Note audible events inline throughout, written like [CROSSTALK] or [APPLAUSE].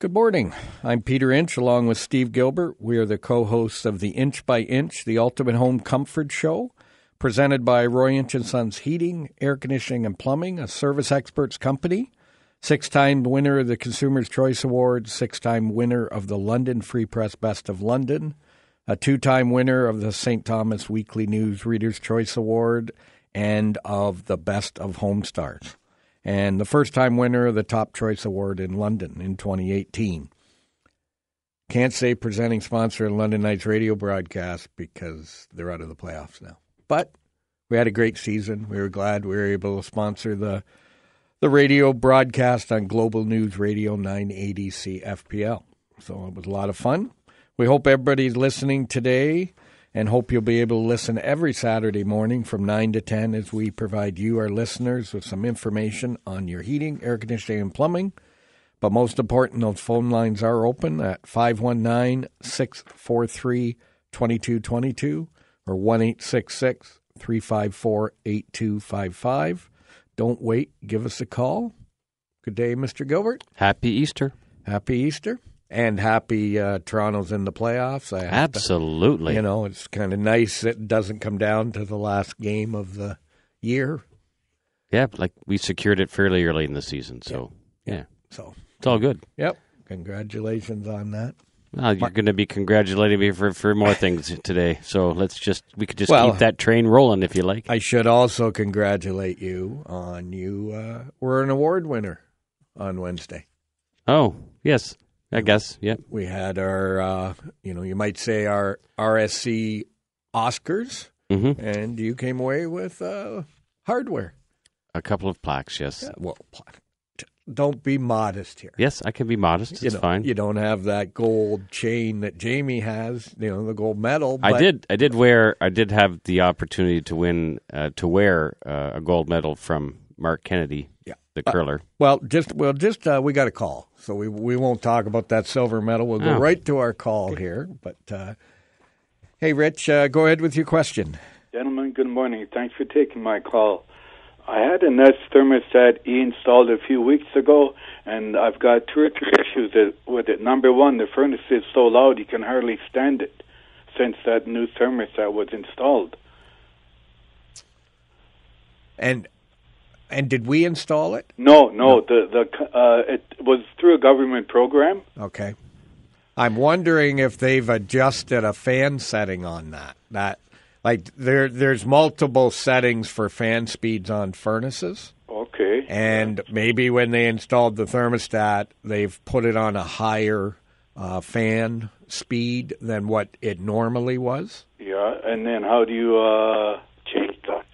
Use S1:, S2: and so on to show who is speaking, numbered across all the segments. S1: Good morning. I'm Peter Inch along with Steve Gilbert. We are the co hosts of the Inch by Inch, the Ultimate Home Comfort Show, presented by Roy Inch and Sons Heating, Air Conditioning, and Plumbing, a service experts company. Six time winner of the Consumer's Choice Award, six time winner of the London Free Press Best of London, a two time winner of the St. Thomas Weekly News Reader's Choice Award, and of the Best of Home Stars and the first time winner of the Top Choice Award in London in 2018. Can't say presenting sponsor in London Night's radio broadcast because they're out of the playoffs now. But we had a great season. We were glad we were able to sponsor the the radio broadcast on Global News Radio 980 CFPL. So it was a lot of fun. We hope everybody's listening today and hope you'll be able to listen every Saturday morning from 9 to 10 as we provide you, our listeners, with some information on your heating, air conditioning, and plumbing. But most important, those phone lines are open at 519 643 2222 or 1 354 8255. Don't wait, give us a call. Good day, Mr. Gilbert.
S2: Happy Easter.
S1: Happy Easter and happy uh, Toronto's in the playoffs. I have to-
S2: Absolutely.
S1: you know, it's kind of nice it doesn't come down to the last game of the year.
S2: Yeah, like we secured it fairly early in the season, so yeah,
S1: So,
S2: it's all good.
S1: yep, congratulations on that.
S2: Well, you're going to be congratulating me for, for
S1: [LAUGHS]
S2: more things today. So let's just we could just
S1: Well-
S2: keep that train rolling if you like.
S1: I should also congratulate you on you uh, were an award winner on Wednesday.
S2: oh yes, I guess. Yep.
S1: We had our, uh, you know, you might say our RSC Oscars,
S2: hmm
S1: and you came away with uh, hardware. Uh,
S2: A couple of plaques. Yes.
S1: Well, don't be modest here.
S2: Yes, I can be modest. It's
S1: you know,
S2: fine.
S1: You don't have that gold chain that Jamie has, you know, the gold medal.
S2: I
S1: but-
S2: did. I did wear. I did have the opportunity to win uh, to wear uh, a gold medal from Mark Kennedy,
S1: Yeah. Uh,
S2: the curler.
S1: Well, just well, just uh, we got a call, so we we won't talk about that silver medal. We'll go
S2: Oh.
S1: right to our call here. But uh, hey, Rich, uh, go ahead with your question.
S3: Gentlemen, good morning. Thanks for taking my call. I had a Nest thermostat he installed a few weeks ago, and I've got two or three issues that- with it. Number one, the furnace is so loud you can hardly stand it since that new thermostat was installed.
S1: And and did we install it?
S3: No, no, the the c- uh, it was through a government program.
S1: Okay. I'm wondering if they've adjusted a fan setting on that. That like there there's multiple settings for fan speeds on furnaces.
S3: Okay,
S1: And maybe when they installed the thermostat, they've put it on a higher uh, fan speed than what it normally was.
S3: yeah, and then how do you uh, change that?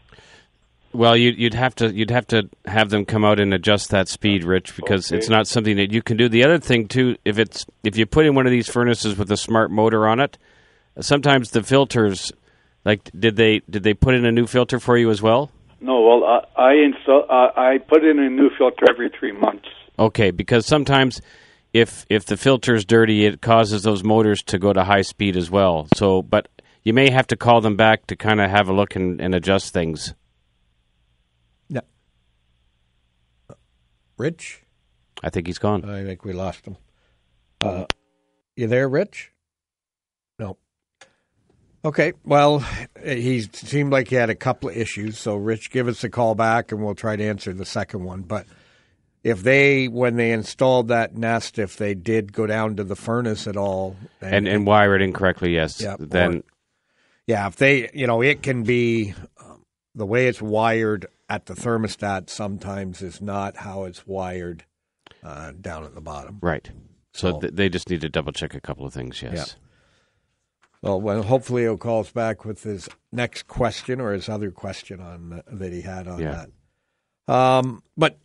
S2: Well, you, you'd have to you'd have to have them come out and adjust that speed, Rich, because it's not something that you can do. The other thing too, if it's if you put in one of these furnaces with a smart motor on it, sometimes the filters, like did they did they put in a new filter for you as well?
S3: No, well, I I, install, uh, I put in a new filter every three months.
S2: Okay, because sometimes if if the filter's dirty, it causes those motors to go to high speed as well. So, but you may have to call them back to kind of have a look and, and adjust things.
S1: No. Rich,
S2: I think he's gone.
S1: I think we lost him. Uh, you there, Rich? No. Okay. Well, he seemed like he had a couple of issues. So, Rich, give us a call back, and we'll try to answer the second one. But if they, when they installed that nest, if they did go down to the furnace at all,
S2: And and wire it incorrectly, yes.
S1: Yeah,
S2: then
S1: or- Yeah, if they, you know, it can be um, the way it's wired at the thermostat sometimes is not how it's wired uh, down at the bottom.
S2: Right. So
S1: So-
S2: th- they just need to double check a couple of things. Yes.
S1: Well, well, hopefully he'll call us back with his next question or his other question on that he had on
S2: Yeah.
S1: that. Um, but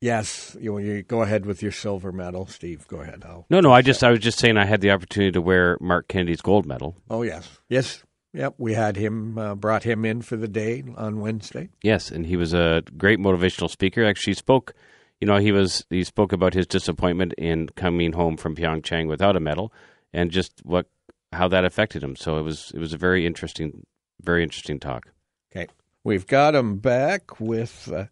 S1: yes, you, you go ahead with your silver medal, Steve. Go ahead. Oh,
S2: No, no. I just I was just saying I had the opportunity to wear Mark Kennedy's gold medal.
S1: oh yes, yes, yep. We had him uh, brought him in for the day on Wednesday.
S2: Yes, and he was a great motivational speaker. Actually, he spoke. You know, he was he spoke about his disappointment in coming home from Pyeongchang without a medal, and just what how that affected him. So it was it was a very interesting, very interesting talk.
S1: Okay. We've got him back with uh,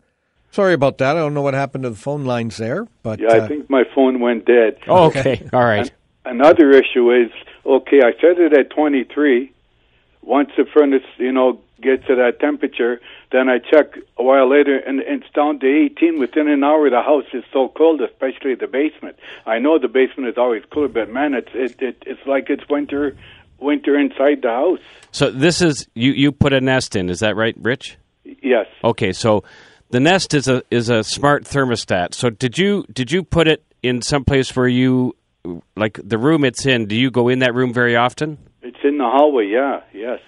S1: Sorry about that. I don't know what happened to the phone lines there, but
S3: Yeah,
S1: uh,
S3: I think my phone went dead.
S2: [LAUGHS] Oh, okay. All right.
S3: Another issue is okay, I set it at 23. Once the furnace, you know, gets to that temperature, then I check a while later and it's down to 18. Within an hour, the house is so cold, especially the basement. I know the basement is always cooler, but man, it's it, it it's like it's winter winter inside the house.
S2: So this is you. You put a nest in. Is that right, Rich?
S3: Yes.
S2: Okay, so the Nest is a is a smart thermostat. So did you did you put it in some place where you like the room it's in? Do you go in that room very often?
S3: It's in the hallway, yeah, yes.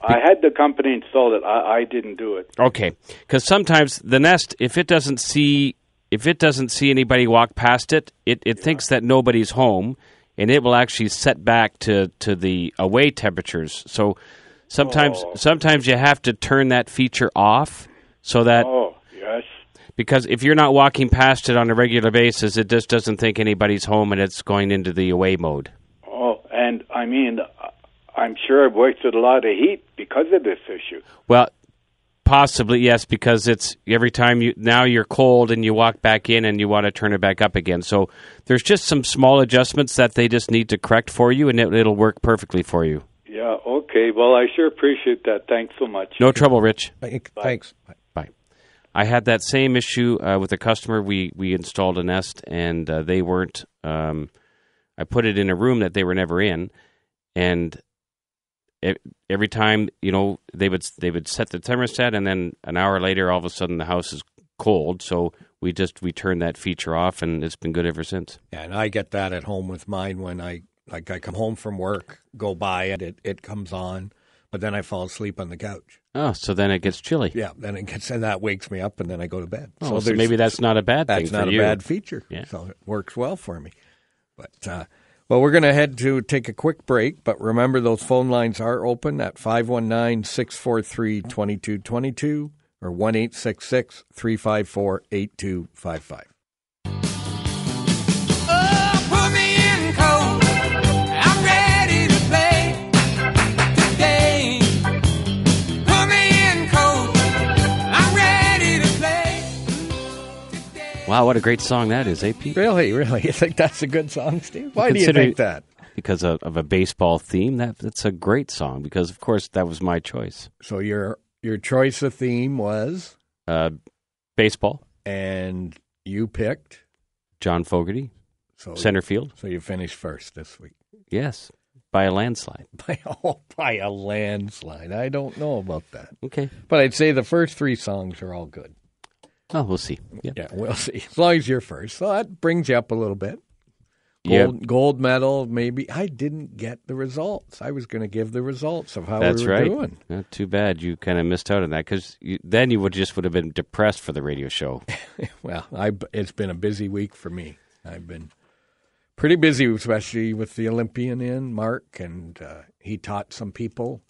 S3: I had the company install it. I, I didn't do it.
S2: Okay, because sometimes the Nest, if it doesn't see if it doesn't see anybody walk past it, it, it thinks that nobody's home, and it will actually set back to to the away temperatures. So sometimes sometimes you have to turn that feature off so that
S3: Oh, yes.
S2: because if you're not walking past it on a regular basis, it just doesn't think anybody's home and it's going into the away mode.
S3: Oh, and I mean, I'm sure I've wasted a lot of heat because of this issue.
S2: Well, possibly yes, because it's every time you now you're cold and you walk back in and you want to turn it back up again. So there's just some small adjustments that they just need to correct for you, and it, it'll work perfectly for you.
S3: Yeah, okay. Well, I sure appreciate that. Thanks so much.
S2: No trouble, Rich.
S1: thank- thanks.
S2: Bye. I had that same issue uh, with a customer. We we installed a Nest, and uh, they weren't. Um, I put it in a room that they were never in, and e every time you know they would they would set the thermostat, and then an hour later, all of a sudden the house is cold. So we just we turned that feature off, and it's been good ever since.
S1: Yeah, and I get that at home with mine when I like I come home from work, go by it, it, it comes on, but then I fall asleep on the couch.
S2: Oh, so then it gets chilly.
S1: Yeah, then it gets and that wakes me up, and then I go to bed.
S2: Oh, so
S1: there's-
S2: maybe that's not a bad thing
S1: that's
S2: for
S1: not a
S2: you.
S1: bad feature.
S2: Yeah.
S1: So it works well for me. But uh, well, we're going to head to take a quick break. But remember, those phone lines are open at 519 643 2222 or 1 354 8255.
S4: Oh, put me in cold. I'm ready to play today. Put me in cold. I'm ready to play today.
S2: Wow, what a great song that is, eh, Pete?
S1: Really, really? [LAUGHS] You think that's a good song, Steve? Why do you
S2: Consider-
S1: think that?
S2: because of, of a baseball theme. That that's a great song because, of course, that was my choice.
S1: So your your choice of theme was,
S2: Uh, baseball,
S1: and you picked.
S2: John Fogerty,
S1: So
S2: center field.
S1: So you finished first this week [LAUGHS]
S2: Yes, by a landslide.
S1: by oh, by a landslide. I don't know about that.
S2: Okay.
S1: But I'd say the first three songs are all good.
S2: Oh, we'll see. Yeah.
S1: Yeah, we'll see. As long as you're first. So that brings you up a little bit.
S2: Yeah.
S1: Gold, gold medal, maybe. I didn't get the results. I was going to give the results of how
S2: That's
S1: we were
S2: right.
S1: doing.
S2: Not too bad. You kind of missed out on that because then you would just would have been depressed for the
S1: [LAUGHS]
S2: radio show.
S1: Well, I, it's been a busy week for me. I've been pretty busy, especially with the Olympian in, Mark, and uh, he taught some people,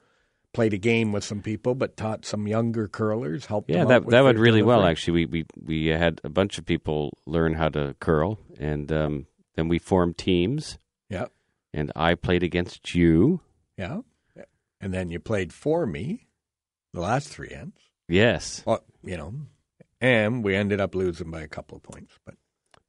S1: played a game with some people, but taught some younger curlers, helped them
S2: Yeah,
S1: out
S2: that
S1: with
S2: that
S1: their
S2: went really well.
S1: delivery.
S2: Actually, we, we we had a bunch of people learn how to curl, and um, then we formed teams.
S1: Yeah,
S2: And I played against you.
S1: yeah. And then you played for me the last three ends.
S2: Yes,
S1: Well, you know, and we ended up losing by a couple of points. But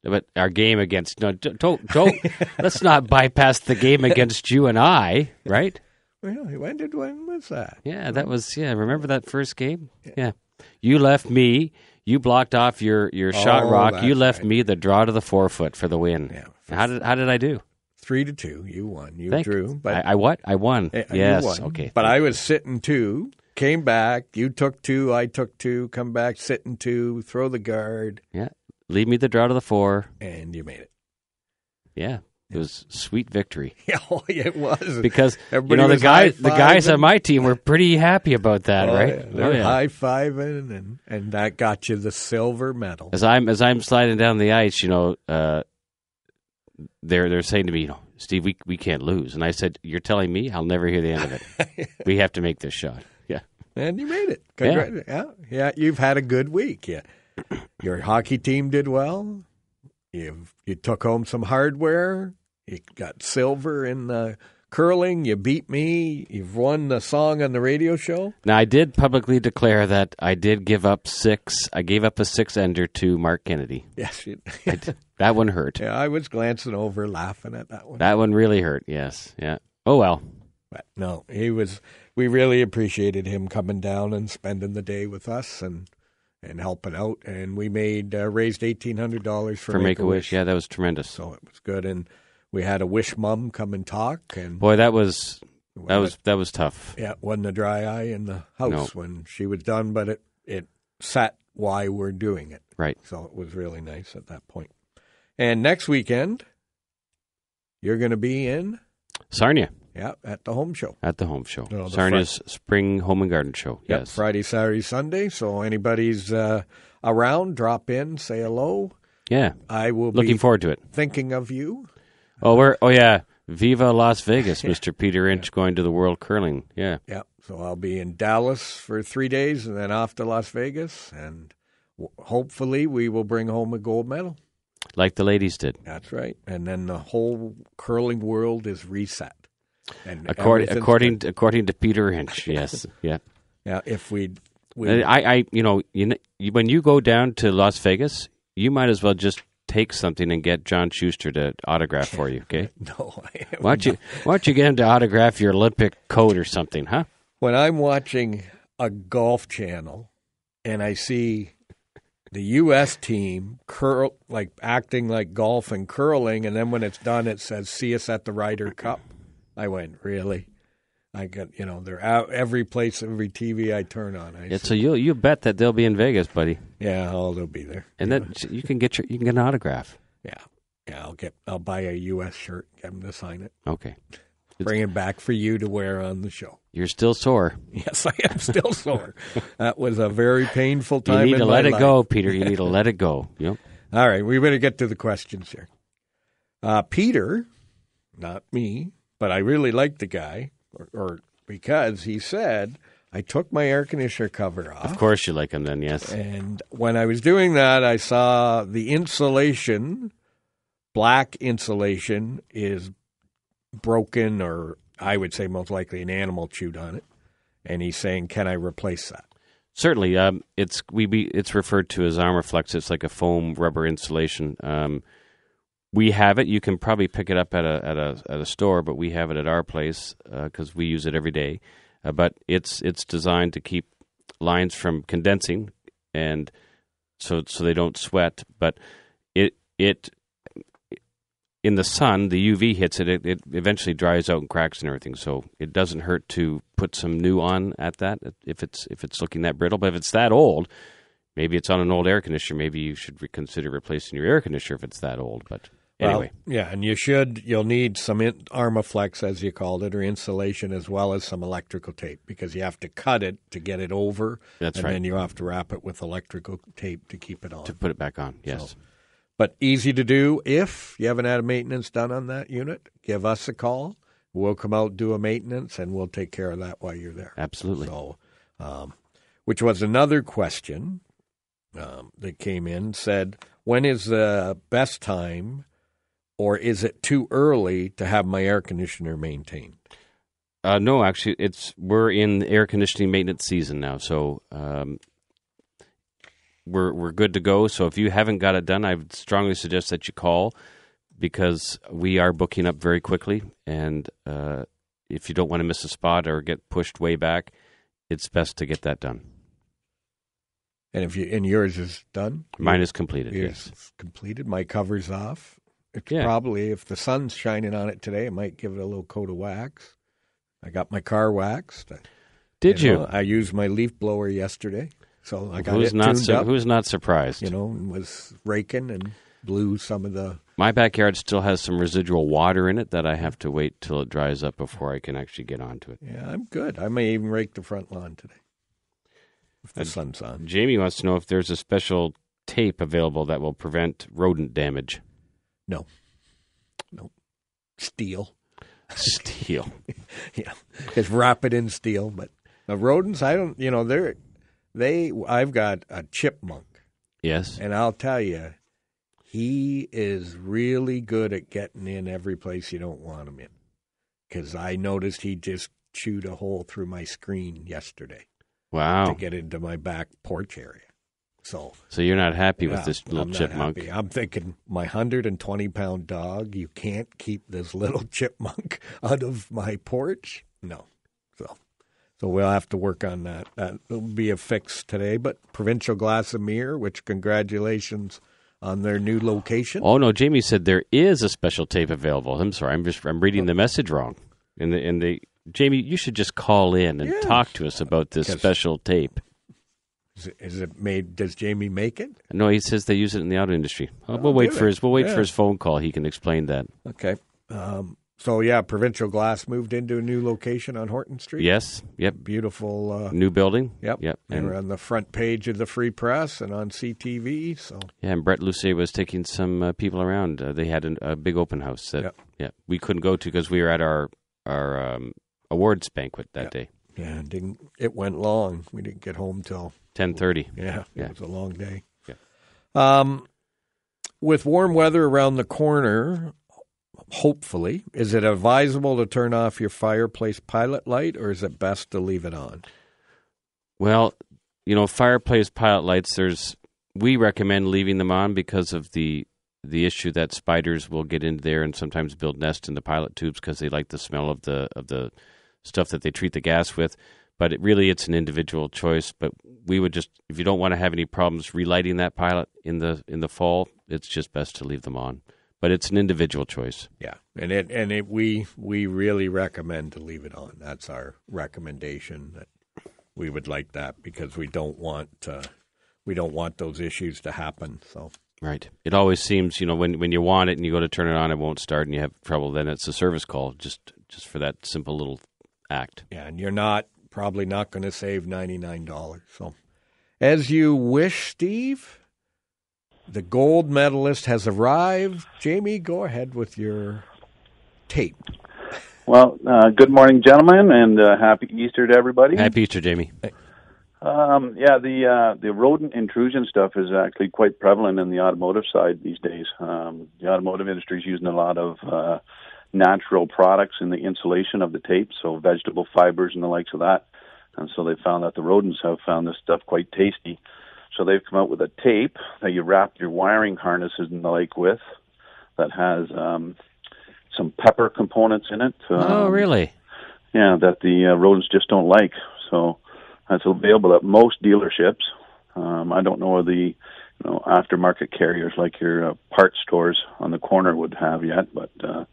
S2: but our game against no don't don't,
S1: [LAUGHS]
S2: don't let's not bypass the game against you and I, right?
S1: well, when did when was that?
S2: Yeah, that was yeah. Remember that first game? Yeah, you left me. You blocked off your your shot
S1: Oh,
S2: rock. You
S1: that's
S2: left
S1: right.
S2: me the draw to the forefoot for the win.
S1: Yeah.
S2: How did how did I do?
S1: Three to two, you won. You
S2: Thank-
S1: drew, but
S2: I, I what? I won.
S1: Yeah, you
S2: yes.
S1: won.
S2: Okay.
S1: But I was sitting two, came back. You took two, I took two, come back, sitting two, throw the guard,
S2: yeah. Leave me the draw to the four.
S1: and you made it. [LAUGHS]
S2: Yeah. It was sweet victory
S1: Yeah, oh, it was.
S2: because you
S1: Everybody
S2: know the
S1: was
S2: guys the guys
S1: high-fiving.
S2: on my team were pretty happy about that,
S1: Oh,
S2: right?
S1: yeah, They're high fiving, and, and that got you the silver medal.
S2: as I'm as I'm sliding down the ice, you know, uh, they're they're saying to me, you know, Steve, we we can't lose, and I said, you're telling me I'll never hear the end of
S1: [LAUGHS]
S2: it. we have to make this shot. Yeah,
S1: And you made it.
S2: Yeah.
S1: Congrat- yeah. yeah. you've had a good week. Yeah. [CLEARS THROAT] Your hockey team did well. You you took home some hardware. You got silver in the curling. You beat me. You've won the song on the radio show.
S2: Now I did publicly declare that I did give up six. I gave up a six ender to Mark Kennedy.
S1: Yes, [LAUGHS] you,
S2: I d- that one hurt.
S1: yeah, I was glancing over, laughing at that one.
S2: That one really hurt. Yes. Yeah. Oh well.
S1: But no, he was. We really appreciated him coming down and spending the day with us and and helping out. And we made uh, raised eighteen hundred dollars for,
S2: For Make a Wish.
S1: Make-A-Wish.
S2: Yeah, that was tremendous.
S1: So it was good. And we had a wish mum come and talk. And
S2: Boy, that was that was that was tough.
S1: yeah, it wasn't a dry eye in the house when she was done. But it it set why we're doing it.
S2: Right.
S1: So it was really nice at that point. And next weekend, you're going to be in
S2: Sarnia
S1: yeah at the home show.
S2: at the home show.
S1: No, Oh, the
S2: Sarnia's spring home and garden show.
S1: Yep,
S2: yes.
S1: Friday, Saturday, Sunday. So anybody's uh, around, drop in, say hello.
S2: Yeah.
S1: I will
S2: Looking
S1: be
S2: forward to it.
S1: thinking of you.
S2: Oh, we're oh yeah. Viva
S1: [LAUGHS]
S2: Las Vegas, Mr. Peter Inch going to the World Curling. Yeah.
S1: Yep. So I'll be in Dallas for three days and then off to Las Vegas. And w- hopefully we will bring home a gold medal.
S2: Like the ladies did.
S1: That's right. And then the whole curling world is reset. And
S2: According
S1: everything's
S2: according
S1: good.
S2: according to Peter
S1: [LAUGHS]
S2: Inch. Yes. yeah.
S1: yeah, if we, we
S2: And I, I, you know, you, kn- you- when you go down to Las Vegas, you might as well just take something and get John Schuster to autograph for you. Okay,
S1: [LAUGHS] no, I am
S2: why don't you why don't you get him to autograph your Olympic coat or
S1: [LAUGHS]
S2: something, huh?
S1: when I'm watching a golf channel and I see the U.S. team curl like acting like golf and curling, and then when it's done, it says "See us at the Ryder Cup." I went really. I got you know they're out every place, every TV I turn on. I
S2: It's
S1: said,
S2: so you you bet that they'll be in Vegas, buddy,
S1: yeah, oh, they'll be there.
S2: and then you can get your you can get an autograph.
S1: Yeah, yeah, I'll get I'll buy a U.S. shirt, get them to sign it,
S2: Okay,
S1: bring it back for you to wear on the show. [LAUGHS]
S2: you're still sore.
S1: Yes, I am still
S2: [LAUGHS]
S1: sore. that was a very painful
S2: You
S1: time.
S2: need
S1: in
S2: to
S1: my
S2: let it
S1: life.
S2: go, Peter. You need to let
S1: [LAUGHS]
S2: it go. Yep.
S1: All right, we better get to the questions here. Uh, Peter, not me, but I really like the guy, or, or because he said I took my air conditioner cover
S2: Of
S1: off,
S2: course you like him then. Yes.
S1: and when I was doing that, I saw the insulation, black insulation, is broken, or I would say most likely an animal chewed on it, and he's saying, "Can I replace that?"
S2: Certainly, um, it's we be, it's referred to as Armorflex. It's like a foam rubber insulation. Um, we have it. You can probably pick it up at a at a at a store, but we have it at our place because we use it every day. Uh, but it's it's designed to keep lines from condensing, and so so they don't sweat. But it it in the sun, the UV hits it, it, it eventually dries out and cracks and everything. So it doesn't hurt to put some new on at that if it's if it's looking that brittle. But if it's that old, maybe it's on an old air conditioner. Maybe you should reconsider replacing your air conditioner if it's that old. But anyway,
S1: Well, yeah, and you should. You'll need some in, Armaflex, as you called it, or insulation, as well as some electrical tape, because you have to cut it to get it over.
S2: That's
S1: and
S2: right.
S1: then you have to wrap it with electrical tape to keep it on.
S2: to put it back on, yes.
S1: But easy to do if you haven't had a maintenance done on that unit. Give us a call. We'll come out do a maintenance, and we'll take care of that while you're there.
S2: Absolutely.
S1: So, um, which was another question um, that came in said, when is the best time or is it too early to have my air conditioner maintained?
S2: Uh, no, actually, it's we're in air conditioning maintenance season now, so um, we're we're good to go. So if you haven't got it done, I would strongly suggest that you call because we are booking up very quickly, and uh, if you don't want to miss a spot or get pushed way back, it's best to get that done.
S1: And if you and yours is done,
S2: Mine is completed.
S1: yours
S2: Yes,
S1: is completed. My cover's off. It's
S2: Yeah.
S1: probably if the sun's shining on it today, I might give it a little coat of wax. I got my car waxed.
S2: did you?
S1: know, I used my leaf blower yesterday, so uh, I got
S2: who's
S1: it
S2: not
S1: tuned
S2: su-
S1: up.
S2: who's not surprised?
S1: you know, and was raking and blew some of the.
S2: My backyard still has some residual water in it that I have to wait till it dries up before I can actually get onto it.
S1: Yeah, I'm good. I may even rake the front lawn today if the sun's on.
S2: Jamie wants to know if there's a special tape available that will prevent
S1: [LAUGHS]
S2: rodent damage.
S1: No, no, steel. [LAUGHS]
S2: Steel.
S1: Yeah, it's wrap it in steel. But the rodents, I don't. You know, they're they. I've got a chipmunk,
S2: Yes.
S1: and I'll tell you, he is really good at getting in every place you don't want him in. because I noticed he just chewed a hole through my screen yesterday
S2: Wow.
S1: to get into my back porch area. So
S2: So you're not happy
S1: yeah,
S2: with this little
S1: I'm not
S2: chipmunk.
S1: happy. I'm thinking my 120 pound dog. You can't keep this little [LAUGHS] chipmunk out of my porch. No, so so we'll have to work on that. That'll be a fix today. But provincial Glassomere, which congratulations on their new location.
S2: Oh no, Jamie said there is a special tape available. I'm sorry, I'm just I'm reading
S1: Oh.
S2: the message wrong. And the and the Jamie, you should just call in and
S1: Yeah.
S2: talk to us about this
S1: 'Cause-
S2: special tape.
S1: Is, it- is it made? Does Jamie make it?
S2: No, he says they use it in the auto industry. Oh,
S1: Oh,
S2: we'll wait
S1: do
S2: for
S1: they?
S2: his we'll wait
S1: Yeah.
S2: for his phone call. He can explain that.
S1: Okay. Um, so yeah, provincial glass moved into a new location on Horton Street.
S2: Yes. Yep.
S1: Beautiful. Uh,
S2: New building.
S1: Yep.
S2: Yep.
S1: They were
S2: And,
S1: on the front page of the Free Press and on CTV. So
S2: yeah, and Brett Lucier was taking some uh, people around. Uh, they had an, a big open house that
S1: Yep.
S2: yeah we couldn't go to because we were at our our um, awards banquet that
S1: Yep.
S2: day,
S1: yeah, didn't it went long. We didn't get home till
S2: ten thirty.
S1: yeah,
S2: Yeah.
S1: it was a long day.
S2: Yeah.
S1: Um, with warm weather around the corner, hopefully, is it advisable to turn off your fireplace pilot light, or is it best to leave it on?
S2: Well, you know, fireplace pilot lights. There's we recommend leaving them on because of the the issue that spiders will get in there and sometimes build nests in the pilot tubes because they like the smell of the of the stuff that they treat the gas with. But it really, it's an individual choice. But we would just, if you don't want to have any problems relighting that pilot in the in the fall, it's just best to leave them on. But it's an individual choice.
S1: Yeah, and it and it we we really recommend to leave it on. That's our recommendation that we would like that because we don't want uh, we don't want those issues to happen. So
S2: Right. It always seems, you know, when, when you want it and you go to turn it on, it won't start and you have trouble. Then it's a service call just just for that simple little act.
S1: yeah, and you're not probably not going to save ninety nine dollars. So as you wish, Steve. The gold medalist has arrived. Jamie, go ahead with your tape.
S5: Well, uh, good morning, gentlemen, and uh, happy Easter to everybody.
S2: Happy Easter, Jamie.
S5: Um, yeah, the uh, the rodent intrusion stuff is actually quite prevalent in the automotive side these days. Um, the automotive industry is using a lot of uh, natural products in the insulation of the tape, so vegetable fibers and the likes of that. And so they found that the rodents have found this stuff quite tasty. So they've come out with a tape that you wrap your wiring harnesses and the like with that has um, some pepper components in it.
S2: oh,
S5: um,
S2: really?
S5: yeah, that the uh, rodents just don't like. So that's available at most dealerships. Um, I don't know whether the you know aftermarket carriers like your uh, parts stores on the corner would have yet, but uh,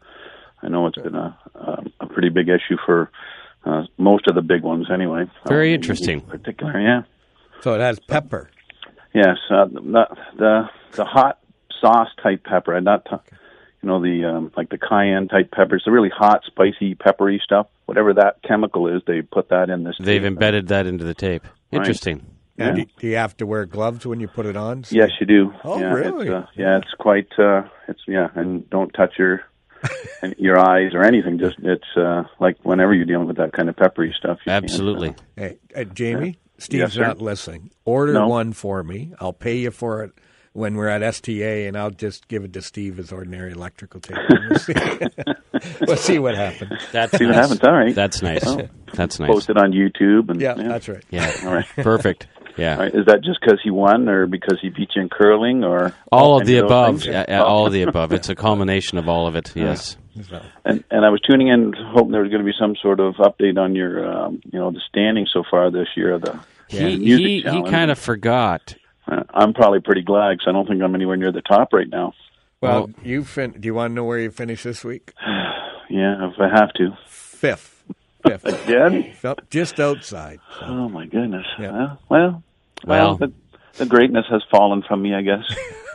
S5: I know it's been a, a, a pretty big issue for uh, most of the big ones anyway.
S2: Very
S5: Um,
S2: interesting.
S5: In particular, yeah.
S1: So it has pepper.
S5: Yes, uh, the, the the hot sauce type pepper, and not t- you know the um, like the cayenne type peppers, the really hot, spicy, peppery stuff. Whatever that chemical is, they put that in this.
S2: They've
S5: tape.
S2: embedded that into the tape.
S5: Right.
S2: Interesting.
S1: And
S5: Yeah.
S1: do- do you have to wear gloves when you put it on?
S5: Yes, you do.
S1: Oh,
S5: yeah,
S1: really?
S5: It's, uh, yeah, it's quite. Uh, it's yeah, and don't touch
S1: [LAUGHS]
S5: your and your eyes or anything. Just it's uh, like whenever you're dealing with that kind of peppery stuff. you can't, uh,
S2: Absolutely.
S1: Hey, uh, Jamie, Steve's
S5: sir.
S1: not listening. Order
S5: No.
S1: one for me. I'll pay you for it when we're at STA, and I'll just give it to Steve as ordinary electrical
S5: [LAUGHS]
S1: tape. We'll see, [LAUGHS] we'll see what happens.
S2: That's
S5: See what
S2: nice.
S5: happens. All right.
S2: That's nice.
S5: Well,
S2: That's nice.
S5: Post it on YouTube and
S1: Yeah, that's right.
S2: Yeah.
S5: All right.
S2: Perfect. Yeah.
S5: All right, Is that just because he won, or because he beat you in curling, or
S2: All of the
S5: any those
S2: above.
S5: things?
S2: Yeah, yeah,
S5: Oh.
S2: All of the above. It's a culmination of all of it. Yes.
S1: So,
S5: And, and I was tuning in, hoping there was going to be some sort of update on your, um, you know, the standing so far this year. of The
S2: He,
S5: music
S2: he, he
S5: challenge.
S2: kind of forgot.
S5: Uh, I'm probably pretty glad because I don't think I'm anywhere near the top right now.
S1: well,
S2: Well-
S1: you fin- do you want to know where you finished this week?
S5: Yeah, if I have to.
S1: Fifth. Fifth.
S5: [LAUGHS] Again?
S1: Yep, just outside. So,
S5: Oh my goodness.
S1: Yeah.
S5: Well,
S2: Well.
S5: well, the, the greatness has fallen from me,
S2: [LAUGHS]
S5: I guess.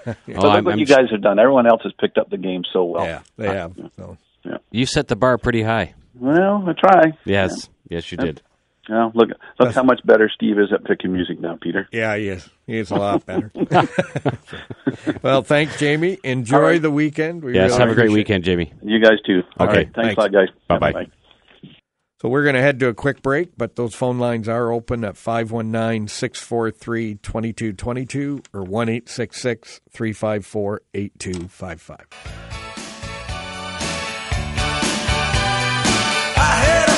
S2: Oh,
S5: But look
S2: I'm-
S5: what
S2: I'm-
S5: you guys have done. Everyone else has picked up the game so well.
S1: yeah, they have. So.
S2: you set the bar pretty high.
S5: Well, I try.
S2: Yes. Yes, you did.
S5: Yeah. Well, look, look how much better Steve is at picking music now, Peter.
S1: Yeah, he is. He is a lot better. [LAUGHS]
S2: [LAUGHS]
S1: well, thanks, Jamie. Enjoy the weekend. We
S2: Yes.
S1: really
S2: Have a great
S1: appreciate it.
S2: weekend, Jamie.
S5: You guys too. All right, thanks,
S1: thanks.
S5: a lot, guys.
S2: Bye-bye.
S1: So we're going to head to a quick break, but those phone lines are open at 519 643 2222 or 1 354 8255.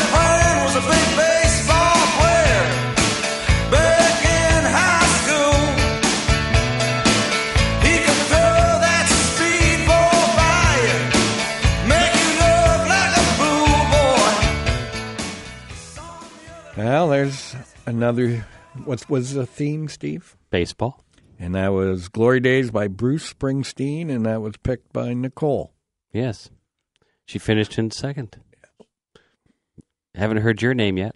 S4: Come
S1: another. What was the theme, Steve?
S2: Baseball.
S1: And that was Glory Days by Bruce Springsteen, and that was picked by Nicole.
S2: Yes. She finished in second. Haven't heard your name yet.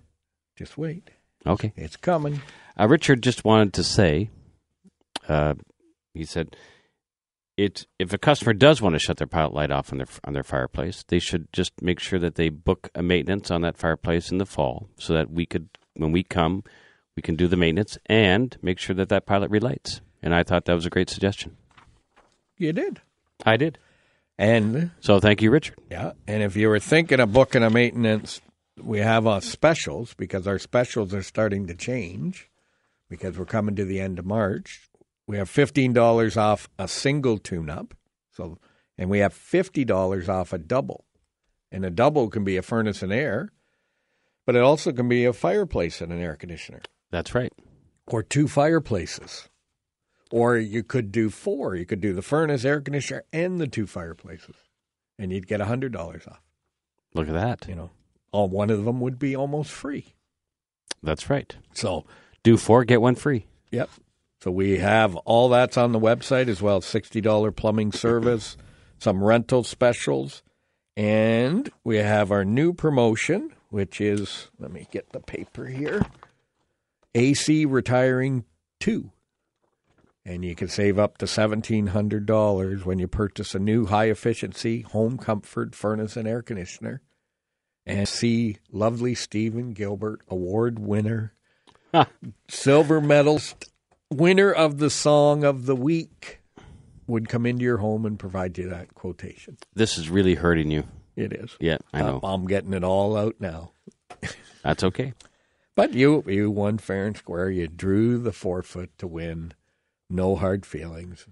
S1: Just wait,
S2: Okay.
S1: it's coming.
S2: Uh, Richard just wanted to say, uh, he said, it if a customer does want to shut their pilot light off on their on their fireplace, they should just make sure that they book a maintenance on that fireplace in the fall, so that we could when we come, we can do the maintenance and make sure that that pilot relights. And I thought that was a great suggestion.
S1: You did,
S2: I did.
S1: and
S2: So thank you, Richard.
S1: yeah, and if you were thinking of booking a maintenance, we have our specials because our specials are starting to change because we're coming to the end of March. We have fifteen dollars off a single tune-up, so and we have fifty dollars off a double, and a double can be a furnace and air, but it also can be a fireplace and an air conditioner.
S2: That's right.
S1: or two fireplaces. Or you could do four. You could do the furnace, air conditioner, and the two fireplaces. And you'd get $100 off.
S2: Look at that.
S1: You know, all one of them would be almost free.
S2: That's right.
S1: So,
S2: Do four, get one free.
S1: yep. So we have all that's on the website as well $60 plumbing service, some rental specials. And we have our new promotion, which is let me get the paper here AC Retiring 2. And you can save up to $1,700 when you purchase a new high efficiency home comfort furnace and air conditioner. And see lovely Stephen Gilbert, award winner,
S2: Huh.
S1: silver medalist, winner of the song of the week, would come into your home and provide you that quotation.
S2: This is really hurting you.
S1: It is.
S2: Yeah, I know.
S1: I'm getting it all out now.
S2: That's okay.
S1: But you you won fair and square. You drew the forfeit to win. No hard feelings.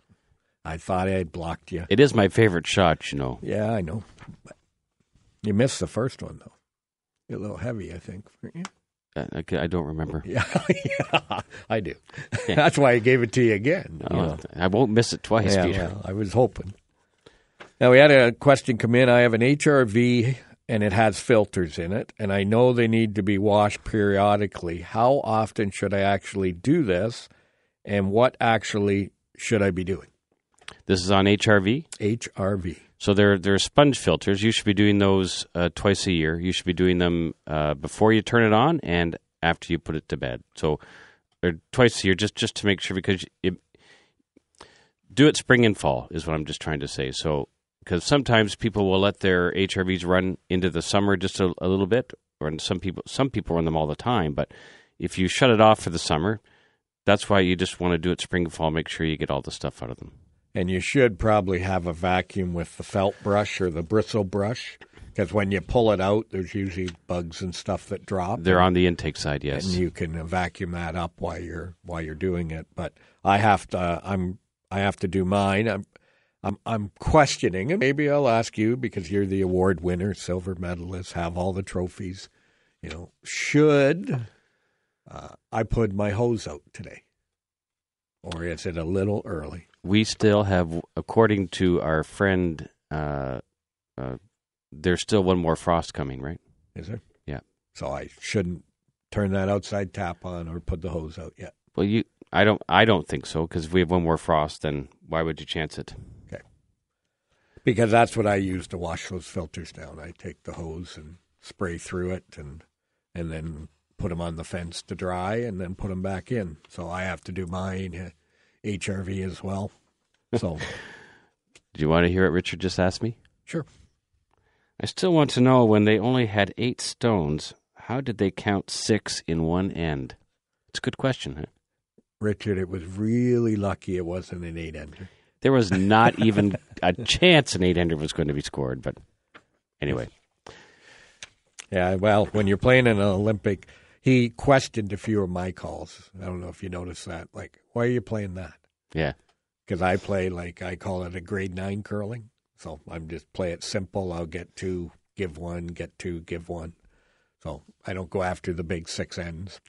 S1: I thought I had blocked you.
S2: It is my favorite shot, you know.
S1: Yeah, I know. But you missed the first one though. You're a little heavy, I think. weren't you? [LAUGHS]
S2: I, I ca- I don't remember.
S1: Yeah, [LAUGHS] yeah, I do. That's why I gave it to you again. you
S2: Oh,
S1: know.
S2: I won't miss it twice, [LAUGHS]
S1: yeah,
S2: Peter.
S1: well, I was hoping. Now we had a question come in. I have an HRV and it has filters in it, and I know they need to be washed periodically. How often should I actually do this, and what actually should I be doing?
S2: This is on HRV.
S1: HRV.
S2: So there, there are sponge filters. You should be doing those uh, twice a year. You should be doing them uh, before you turn it on and after you put it to bed. So or twice a year, just just to make sure because it, do it spring and fall is what I'm just trying to say. So because sometimes people will let their HRVs run into the summer just a, a little bit, or in some people some people run them all the time. But if you shut it off for the summer, that's why you just want to do it spring and fall. Make sure you get all the stuff out of them.
S1: And you should probably have a vacuum with the felt brush or the bristle brush, because when you pull it out, there's usually bugs and stuff that drop.
S2: They're on the intake side, yes.
S1: and you can vacuum that up while you're while you're doing it. But I have to. I'm I have to do mine. I'm I'm I'm questioning, and maybe I'll ask you because you're the award winner, silver medalist, have all the trophies. You know, should uh, I put my hose out today, or is it a little early?
S2: we still have, according to our friend, uh, uh, there's still one more frost coming, right?
S1: Is there?
S2: Yeah.
S1: So I shouldn't turn that outside tap on or put the hose out yet.
S2: Well, you, I don't, I don't think so, because if we have one more frost, then why would you chance it?
S1: because that's what I use to wash those filters down. I take the hose and spray through it, and and then put them on the fence to dry, and then put them back in. So I have to do mine uh, HRV as well. So
S2: Do you want to hear what Richard just asked me?
S1: [LAUGHS] sure,
S2: I still want to know when they only had eight stones, how did they count six in one end? It's a good question. Huh?
S1: Richard, it was really lucky it wasn't an eight ender.
S2: There was not even a chance an eight-ender was going to be scored, but anyway,
S1: Yeah, well, when you're playing in an Olympic, he questioned a few of my calls. I don't know if you noticed that. Like, why are you playing that?
S2: yeah.
S1: because I play like I call it a grade nine curling. So I'm just play it simple. I'll get two, give one, get two, give one. So I don't go after the big six ends,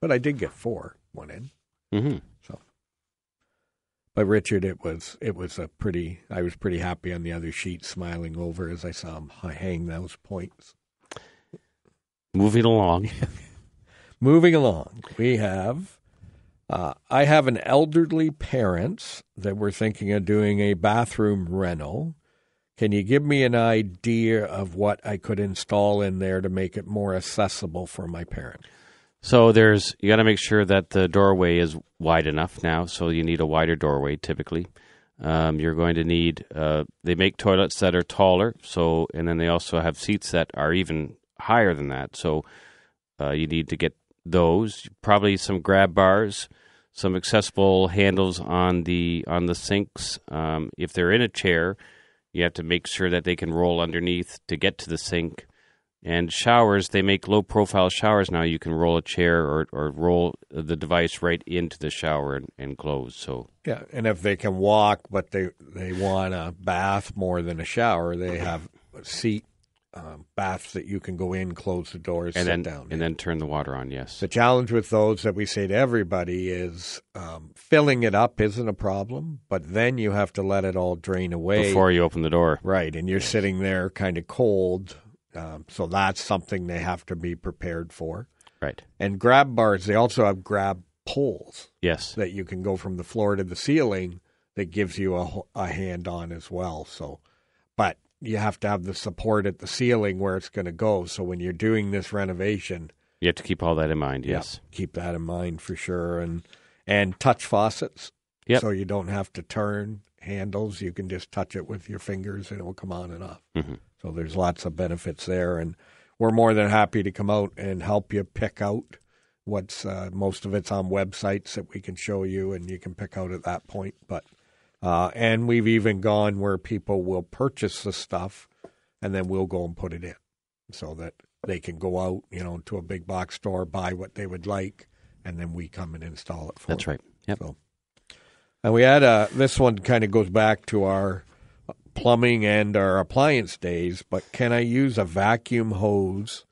S1: but I did get four one end.
S2: hmm
S1: So, but Richard, it was it was a pretty. I was pretty happy on the other sheet, smiling over as I saw him hang those points.
S2: Moving along.
S1: Moving along, we have. Uh, I have an elderly parents that were thinking of doing a bathroom rental. Can you give me an idea of what I could install in there to make it more accessible for my parents?
S2: So there's you got to make sure that the doorway is wide enough now. So you need a wider doorway typically. Um, you're going to need uh, they make toilets that are taller. So and then they also have seats that are even higher than that. So uh, you need to get those. Probably some grab bars, some accessible handles on the on the sinks. Um, if they're in a chair, you have to make sure that they can roll underneath to get to the sink and showers they make low profile showers now you can roll a chair or, or roll the device right into the shower and, and close so
S1: Yeah, and if they can walk, but they they want a bath more than a shower, they have a seat um, baths that you can go in, close the doors,
S2: and
S1: sit
S2: then
S1: down.
S2: and then turn the water on yes
S1: the challenge with those that we say to everybody is um, filling it up isn't a problem, but then you have to let it all drain away.
S2: before you open the door
S1: right, and you're sitting there kind of cold. Um, so that's something they have to be prepared for.
S2: right
S1: And grab bars, they also have grab poles
S2: yes
S1: that you can go from the floor to the ceiling that gives you a, a hand on as well. So, but you have to have the support at the ceiling where it's going to go. So when you're doing this renovation,
S2: you have to keep all that in mind yes
S1: yeah, keep that in mind for sure. And and touch faucets,
S2: Yep.
S1: so you don't have to turn handles. You can just touch it with your fingers, and it will come on and off.
S2: Mm-hmm.
S1: So there's lots of benefits there, and we're more than happy to come out and help you pick out what's uh, most of it's on websites that we can show you, and you can pick out at that point. But uh, and we've even gone where people will purchase the stuff, and then we'll go and put it in, so that they can go out, you know, to a big box store, buy what they would like, and then we come and install it for
S2: that's
S1: them.
S2: right yep
S1: So, and we had a, this one kind of goes back to our plumbing and our appliance days, but can I use a vacuum hose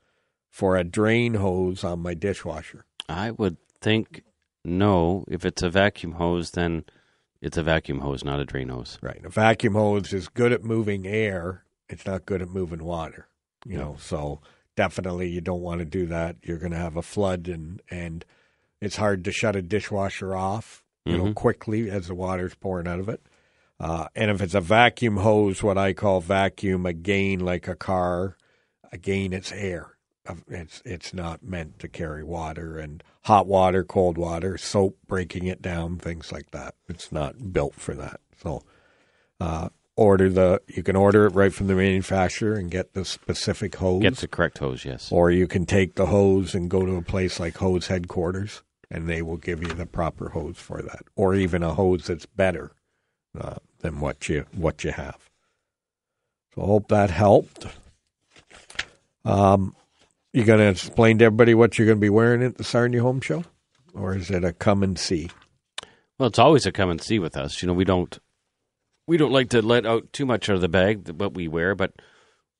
S1: for a drain hose on my dishwasher?
S2: i would think no if it's a vacuum hose then it's a vacuum hose not a drain hose
S1: Right. A vacuum hose is good at moving air, it's not good at moving water, you know, so definitely you don't want to do that. You're going to have a flood and, and it's hard to shut a dishwasher off, you know, quickly as the water's pouring out of it. Uh, and if it's a vacuum hose, what I call vacuum, again, like a car, again, it's air. Uh, It's it's not meant to carry water and hot water, cold water, soap, breaking it down, things like that. It's not built for that. So, uh, order the you can order it right from the manufacturer and get the specific hose,
S2: get the correct hose yes
S1: or you can take the hose and go to a place like Hose Headquarters, and they will give you the proper hose for that, or even a hose that's better uh, than what you what you have. So I hope that helped. Um, you going to explain to everybody what you're going to be wearing at the Sarnia Home Show, or is it a come and see?
S2: Well, it's always a come and see with us. You know, we don't we don't like to let out too much out of the bag th- what we wear, but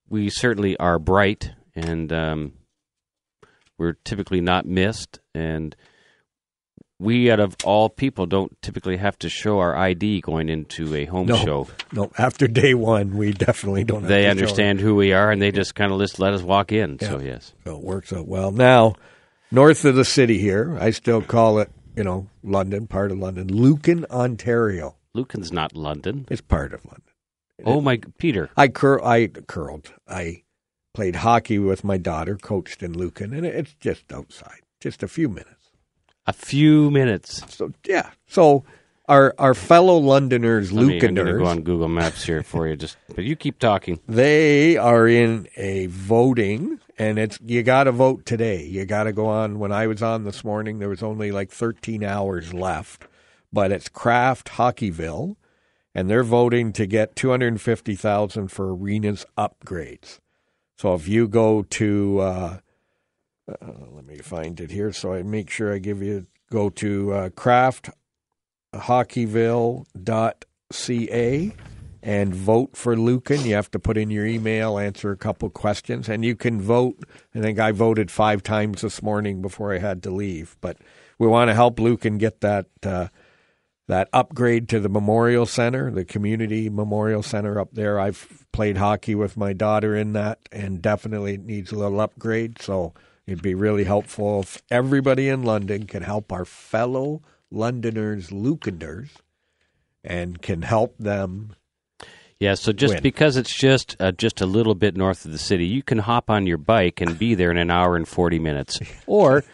S2: we certainly are bright, and um, we're typically not missed. And we, out of all people, don't typically have to show our ID going into a home
S1: No,
S2: show.
S1: no. After day one, we definitely don't. Have to
S2: They
S1: show
S2: understand who we are, and they just kind of just let us walk in. So
S1: Yeah.
S2: yes,
S1: So it works out well. Now, north of the city here, I still call it, you know, London, part of London, Lucan, Ontario.
S2: Lucan's not London.
S1: It's part of London.
S2: Oh my, Peter.
S1: I cur- I curled. I played hockey with my daughter, coached in Lucan, and it's just outside, just a few minutes.
S2: A few minutes.
S1: So yeah. So our our fellow Londoners,
S2: Let me- I'm going to
S1: Lucaners,
S2: go on Google Maps here for you. Just, but you keep talking.
S1: they are in a voting and it's you got to vote today you got to go on when i was on this morning there was only like 13 hours left but it's craft hockeyville and they're voting to get 250000 for arenas upgrades so if you go to uh, uh, let me find it here so i make sure i give you go to uh, crafthockeyville.ca and vote for Lucan. You have to put in your email, answer a couple questions, and you can vote. I think I voted five times this morning before I had to leave, but we want to help Lucan get that uh, that upgrade to the memorial center, the community memorial center up there. I've played hockey with my daughter in that, and definitely it needs a little upgrade. So It'd be really helpful if everybody in London can help our fellow Londoners, Lukenders, and can help them.
S2: Yeah, so just
S1: When?
S2: because it's just uh, just a little bit north of the city, you can hop on your bike and be there in an hour and forty minutes. Or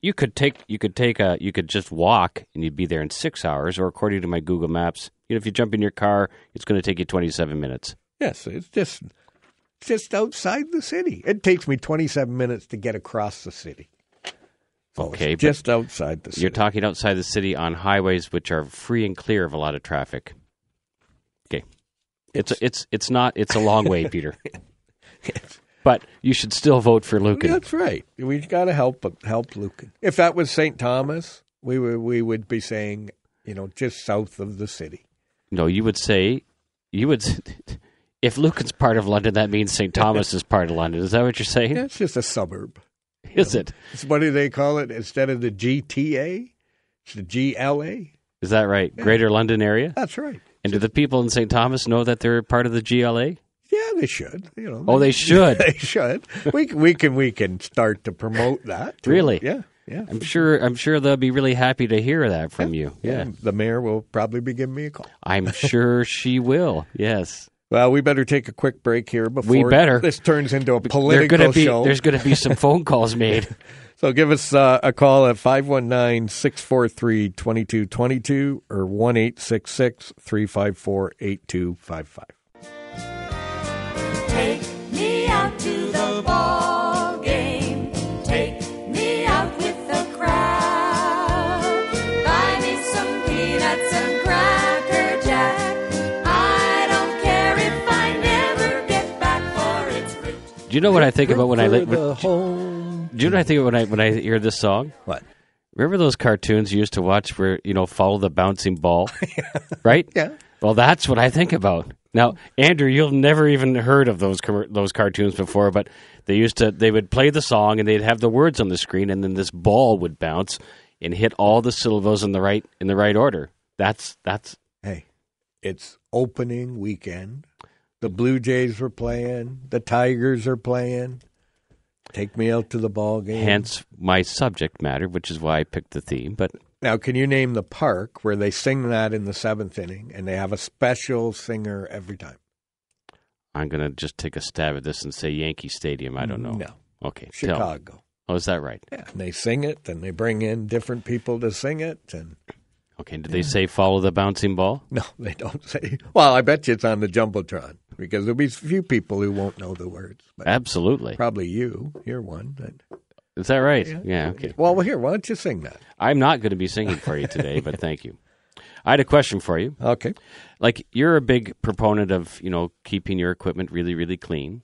S2: you could take you could take a you could just walk and you'd be there in six hours. Or according to my Google Maps, you know, if you jump in your car, it's going to take you twenty seven minutes.
S1: Yes, it's just it's just outside the city. It takes me 27 minutes to get across the city. So it's
S2: Okay, but
S1: just outside the city.
S2: You're talking outside the city on highways which are free and clear of a lot of traffic. Okay, it's it's it's not it's a long way, Peter. But you should still vote for Lucan.
S1: That's right. We've got to help help Lucan. If that was St. Thomas, we would we would be saying, you know, just south of the city.
S2: No, you would say you would. [LAUGHS] If Lucan's part of London, that means St. Thomas is part of London. Is that what you're saying?
S1: Yeah, it's just a suburb.
S2: Is it?
S1: It's, what do they call it instead of the GTA? It's the GLA.
S2: Is that right? Greater London area?
S1: That's right.
S2: And do the people in St. Thomas know that they're part of the GLA?
S1: Yeah, they should. You know.
S2: Oh, they should.
S1: [LAUGHS] They should. We c- we can we can start to promote that. too.
S2: Really?
S1: Yeah. Yeah.
S2: I'm sure. I'm sure they'll be really happy to hear that from you. Yeah,
S1: The mayor will probably be giving me a call.
S2: I'm sure she will. Yes.
S1: Well, we better take a quick break here before
S2: better.
S1: this turns into a
S2: They're
S1: political
S2: gonna be,
S1: show.
S2: There's going to be some phone calls made.
S1: So give us uh, a call at 519 643 2222 or 1 354 8255.
S6: Take me out to the ball game. Take me out with the crowd. Buy me some peanuts and cracker jack. I don't care if I never get back for its fruit.
S2: Do you know what I think about when I li-
S1: the
S2: do
S1: home.
S2: you know what I think about when I when I hear this song?
S1: What?
S2: Remember those cartoons you used to watch where, you know, follow the bouncing ball? Right?
S1: [LAUGHS] Yeah.
S2: Well, that's what I think about. Now, Andrew, you've never even heard of those commer those cartoons before, but they used to they would play the song and they'd have the words on the screen and then this ball would bounce and hit all the syllables in the right in the right order. That's that's
S1: Hey, it's opening weekend. The Blue Jays were playing, the Tigers are playing. Take me out to the ball game.
S2: hence my subject matter, which is why I picked the theme, but
S1: Now, can you name the park where they sing that in the seventh inning and they have a special singer every time?
S2: I'm going to just take a stab at this and say Yankee Stadium. I don't know.
S1: No.
S2: Okay. tell-
S1: Chicago.
S2: Oh, is that right?
S1: Yeah, and they sing it, and they bring in different people to sing it, and
S2: Okay. Did they say follow the bouncing ball?
S1: [LAUGHS] no, they don't say. Well, I bet you it's on the jumbotron because there'll be few people who won't know the words, but
S2: Absolutely.
S1: probably you. You're one. but-
S2: Is that right? Yeah. okay.
S1: Well, here, why don't you sing that?
S2: I'm not going to be singing for you today, but thank you. I had a question for you.
S1: Okay.
S2: Like you're a big proponent of, you know, keeping your equipment really, really clean.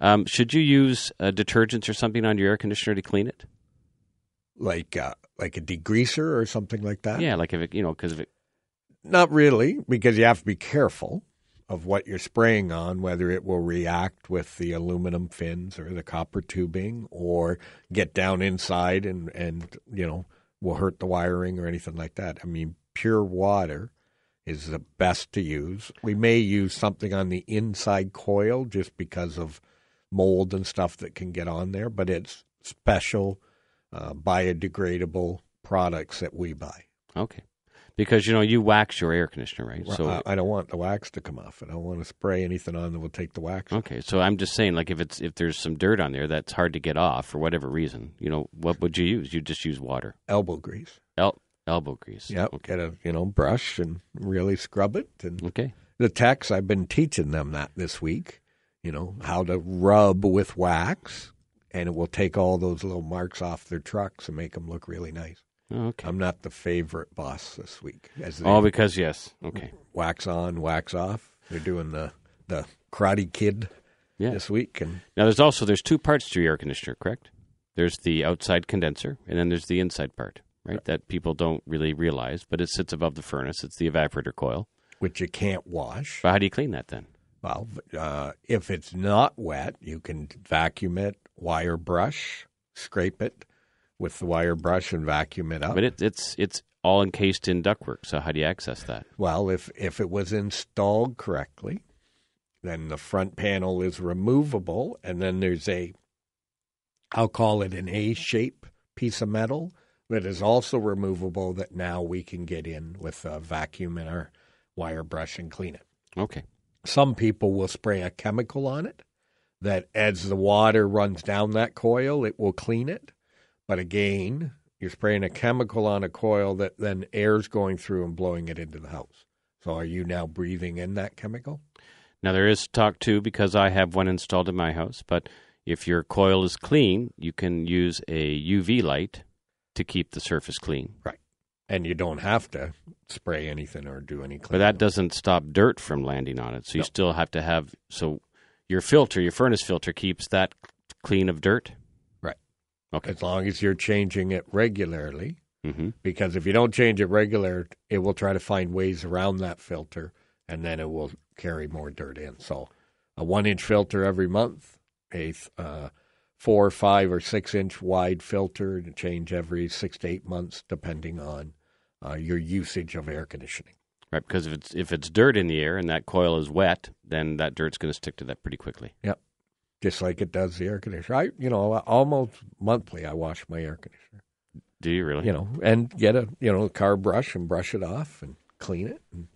S2: Um, should you use uh, detergents or something on your air conditioner to clean it?
S1: Like uh, like a degreaser or something like that.
S2: Yeah, like if it, you know, because if it,
S1: Not really, because you have to be careful of what you're spraying on, whether it will react with the aluminum fins or the copper tubing or get down inside and, and you know, will hurt the wiring or anything like that. I mean, pure water is the best to use. We may use something on the inside coil just because of mold and stuff that can get on there, but it's special uh, biodegradable products that we buy.
S2: okay, because you know you wax your air conditioner, right?
S1: Well, uh, I, I don't want the wax to come off. I don't want to spray anything on that will take the wax.
S2: Okay, so I'm just saying, like, if it's if there's some dirt on there that's hard to get off for whatever reason, you know, what would you use? You just use water,
S1: Elbow grease.
S2: El- elbow grease.
S1: Yeah, get a you know brush and really scrub it. And
S2: Okay.
S1: the techs, I've been teaching them that this week. You know how to rub with wax, and it will take all those little marks off their trucks and make them look really nice.
S2: Oh, okay.
S1: I'm not the favorite boss this week, as they
S2: All Mm-hmm. because yes. Okay.
S1: wax on, wax off. They're doing the the Karate Kid
S2: Yeah.
S1: this week, and
S2: Now there's also there's two parts to your air conditioner, correct? There's the outside condenser, and then there's the inside part, right? That people don't really realize, but it sits above the furnace. It's the evaporator coil.
S1: which you can't wash.
S2: But how do you clean that then?
S1: Well, uh, if it's not wet, you can vacuum it, wire brush, scrape it with the wire brush and vacuum it up.
S2: But it, it's it's all encased in ductwork. So how do you access that?
S1: well, if, if it was installed correctly, then the front panel is removable, and then there's a I'll call it an A shape piece of metal that is also removable that now we can get in with a vacuum and our wire brush and clean it.
S2: Okay.
S1: Some people will spray a chemical on it that as the water runs down that coil, it will clean it. But again, you're spraying a chemical on a coil that then air's going through and blowing it into the house. So are you now breathing in that chemical?
S2: Now there is talk too because I have one installed in my house, but if your coil is clean, you can use a UV light to keep the surface clean.
S1: Right. And you don't have to spray anything or do any
S2: But
S1: cleaning.
S2: that doesn't stop dirt from landing on it. So you still have to have so your filter, your furnace filter keeps that clean of dirt.
S1: Right.
S2: Okay.
S1: As long as you're changing it regularly,
S2: Mhm.
S1: because if you don't change it regular, it will try to find ways around that filter, and then it will carry more dirt in. So, a one-inch filter every month, a th- uh, four, five, or six-inch wide filter to change every six to eight months, depending on uh, your usage of air conditioning.
S2: Right, because if it's if it's dirt in the air and that coil is wet, then that dirt's going to stick to that pretty quickly.
S1: Yep, just like it does the air conditioner. I, you know, almost monthly, I wash my air conditioner.
S2: Do you really?
S1: you know, and get a you know car brush and brush it off and clean it. And,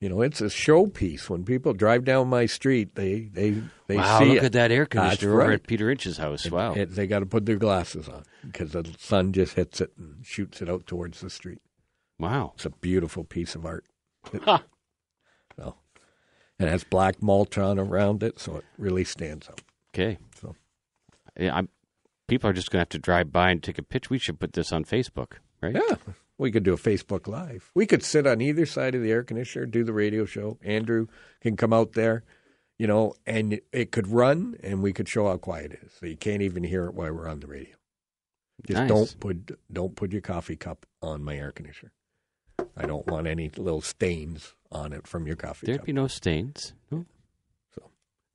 S1: you know, it's a showpiece. When people drive down my street, they they they
S2: wow,
S1: see
S2: look
S1: it.
S2: at that air
S1: That's
S2: conditioner over
S1: right.
S2: at Peter Inch's house.
S1: It-
S2: wow.
S1: it- they got to put their glasses on because the sun just hits it and shoots it out towards the street.
S2: wow.
S1: It's a beautiful piece of art. So, it has black mulch on around it, so it really stands out.
S2: Okay.
S1: So.
S2: Yeah, I'm, people are just going to have to drive by and take a picture. We should put this on Facebook, right?
S1: Yeah, we could do a Facebook Live. We could sit on either side of the air conditioner, do the radio show. Andrew can come out there, you know, and it could run, and we could show how quiet it is. So you can't even hear it while we're on the radio. Just
S2: Nice.
S1: don't put don't put your coffee cup on my air conditioner. I don't want any little stains on it from your coffee
S2: There'd
S1: cup.
S2: be no stains. No.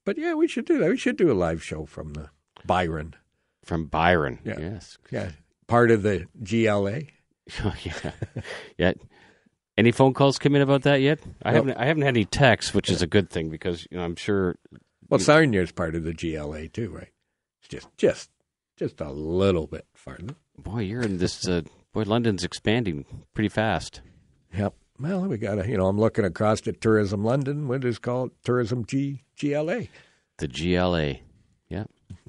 S1: but yeah, we should do that. We should do a live show from the Byron.
S2: From Byron.
S1: Yeah.
S2: Yes.
S1: Yeah, part of the GLA.
S2: [LAUGHS] Oh, yeah. yeah. Any phone calls come in about that yet? I
S1: Nope.
S2: haven't. I haven't had any texts, which is a good thing because you know, I'm sure.
S1: Well, Sarnia is part of the GLA too, right? It's just just just a little bit farther.
S2: Boy, you're in this. Uh, boy, London's expanding pretty fast.
S1: Yep. Well, we got to, you know, I'm looking across at Tourism London, what is called Tourism G GLA.
S2: The GLA. Yeah.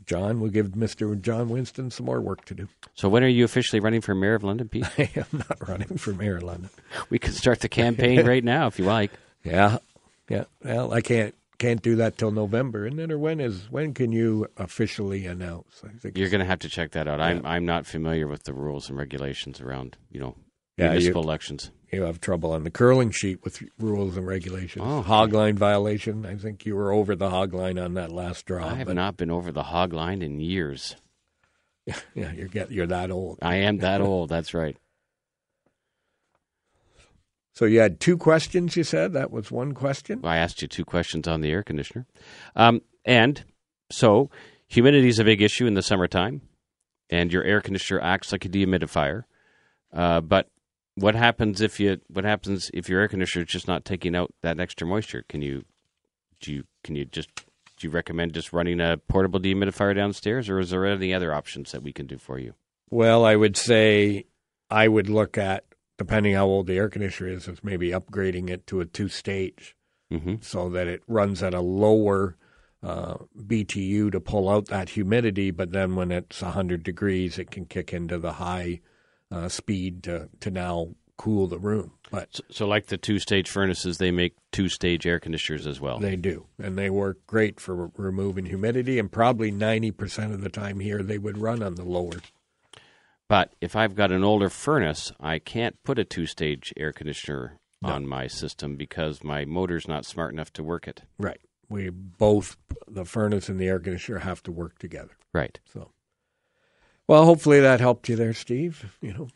S1: John will give Mr. John Winston some more work to do. [LAUGHS]
S2: So when are you officially running for mayor of London, Pete?
S1: I am not running for mayor of London.
S2: we can start the campaign right now if you like.
S1: Yeah. Yeah. Well, I can't can't do that till November, and then or when is when can you officially announce? I think
S2: You're going to have to check that out. I'm I'm not familiar with the rules and regulations around you know
S1: Yeah, you-
S2: municipal elections.
S1: you have trouble on the curling sheet with rules and regulations.
S2: Oh.
S1: Hog line violation. I think you were over the hog line on that last draw.
S2: I have
S1: but-
S2: not been over the hog line in years.
S1: Yeah, you're get you're that old.
S2: I
S1: [LAUGHS]
S2: am that old. That's right.
S1: So you had two questions. You said that was one question.
S2: I asked you two questions on the air conditioner, um, and so humidity is a big issue in the summertime, and your air conditioner acts like a dehumidifier. Uh, but what happens if you what happens if your air conditioner is just not taking out that extra moisture? Can you do you can you just do you recommend just running a portable dehumidifier downstairs, or is there any other options that we can do for you?
S1: Well, I would say I would look at depending how old the air conditioner is, is maybe upgrading it to a two stage
S2: Mm-hmm.
S1: so that it runs at a lower uh, BTU to pull out that humidity, but then when it's 100 degrees, it can kick into the high uh, speed to, to now cool the room. But
S2: So, so, like the two stage furnaces, they make two stage air conditioners as well.
S1: They do, and they work great for re- removing humidity. And probably ninety percent of the time here, they would run on the lower.
S2: But if I've got an older furnace, I can't put a two stage air conditioner on my system because my motor's not smart enough to work it.
S1: Right. We both the furnace and the air conditioner have to work together.
S2: Right.
S1: So, well, hopefully that helped you there, Steve. You know,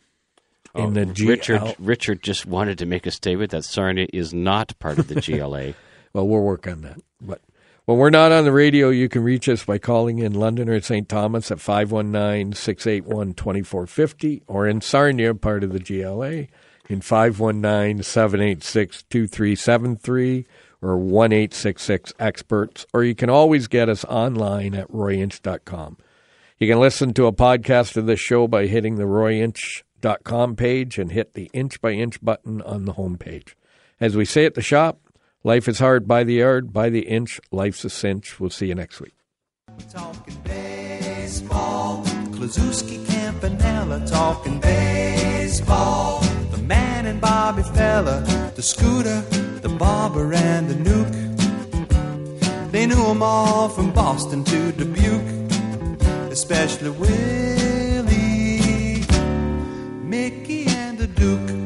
S1: Um, in the GL.
S2: Oh, Richard Richard just wanted to make a statement that Sarnia is not
S1: [LAUGHS]
S2: part of the GLA.
S1: Well, we'll work on that. But when we're not on the radio, you can reach us by calling in London or St. Thomas at 519 681 2450 or in Sarnia, part of the GLA, in 519 786 2373 or 1866 experts. Or you can always get us online at royinch.com. You can listen to a podcast of this show by hitting the royinch.com page and hit the inch by inch button on the homepage. As we say at the shop, life is hard by the yard, by the inch, life's a cinch. We'll see you next week.
S7: talking baseball. Klazuski Campanella talking baseball. The man and Bobby fella, the scooter, the barber and the nuke. They knew 'em all from Boston to Dubuque, especially Willie, Mickey, and the Duke.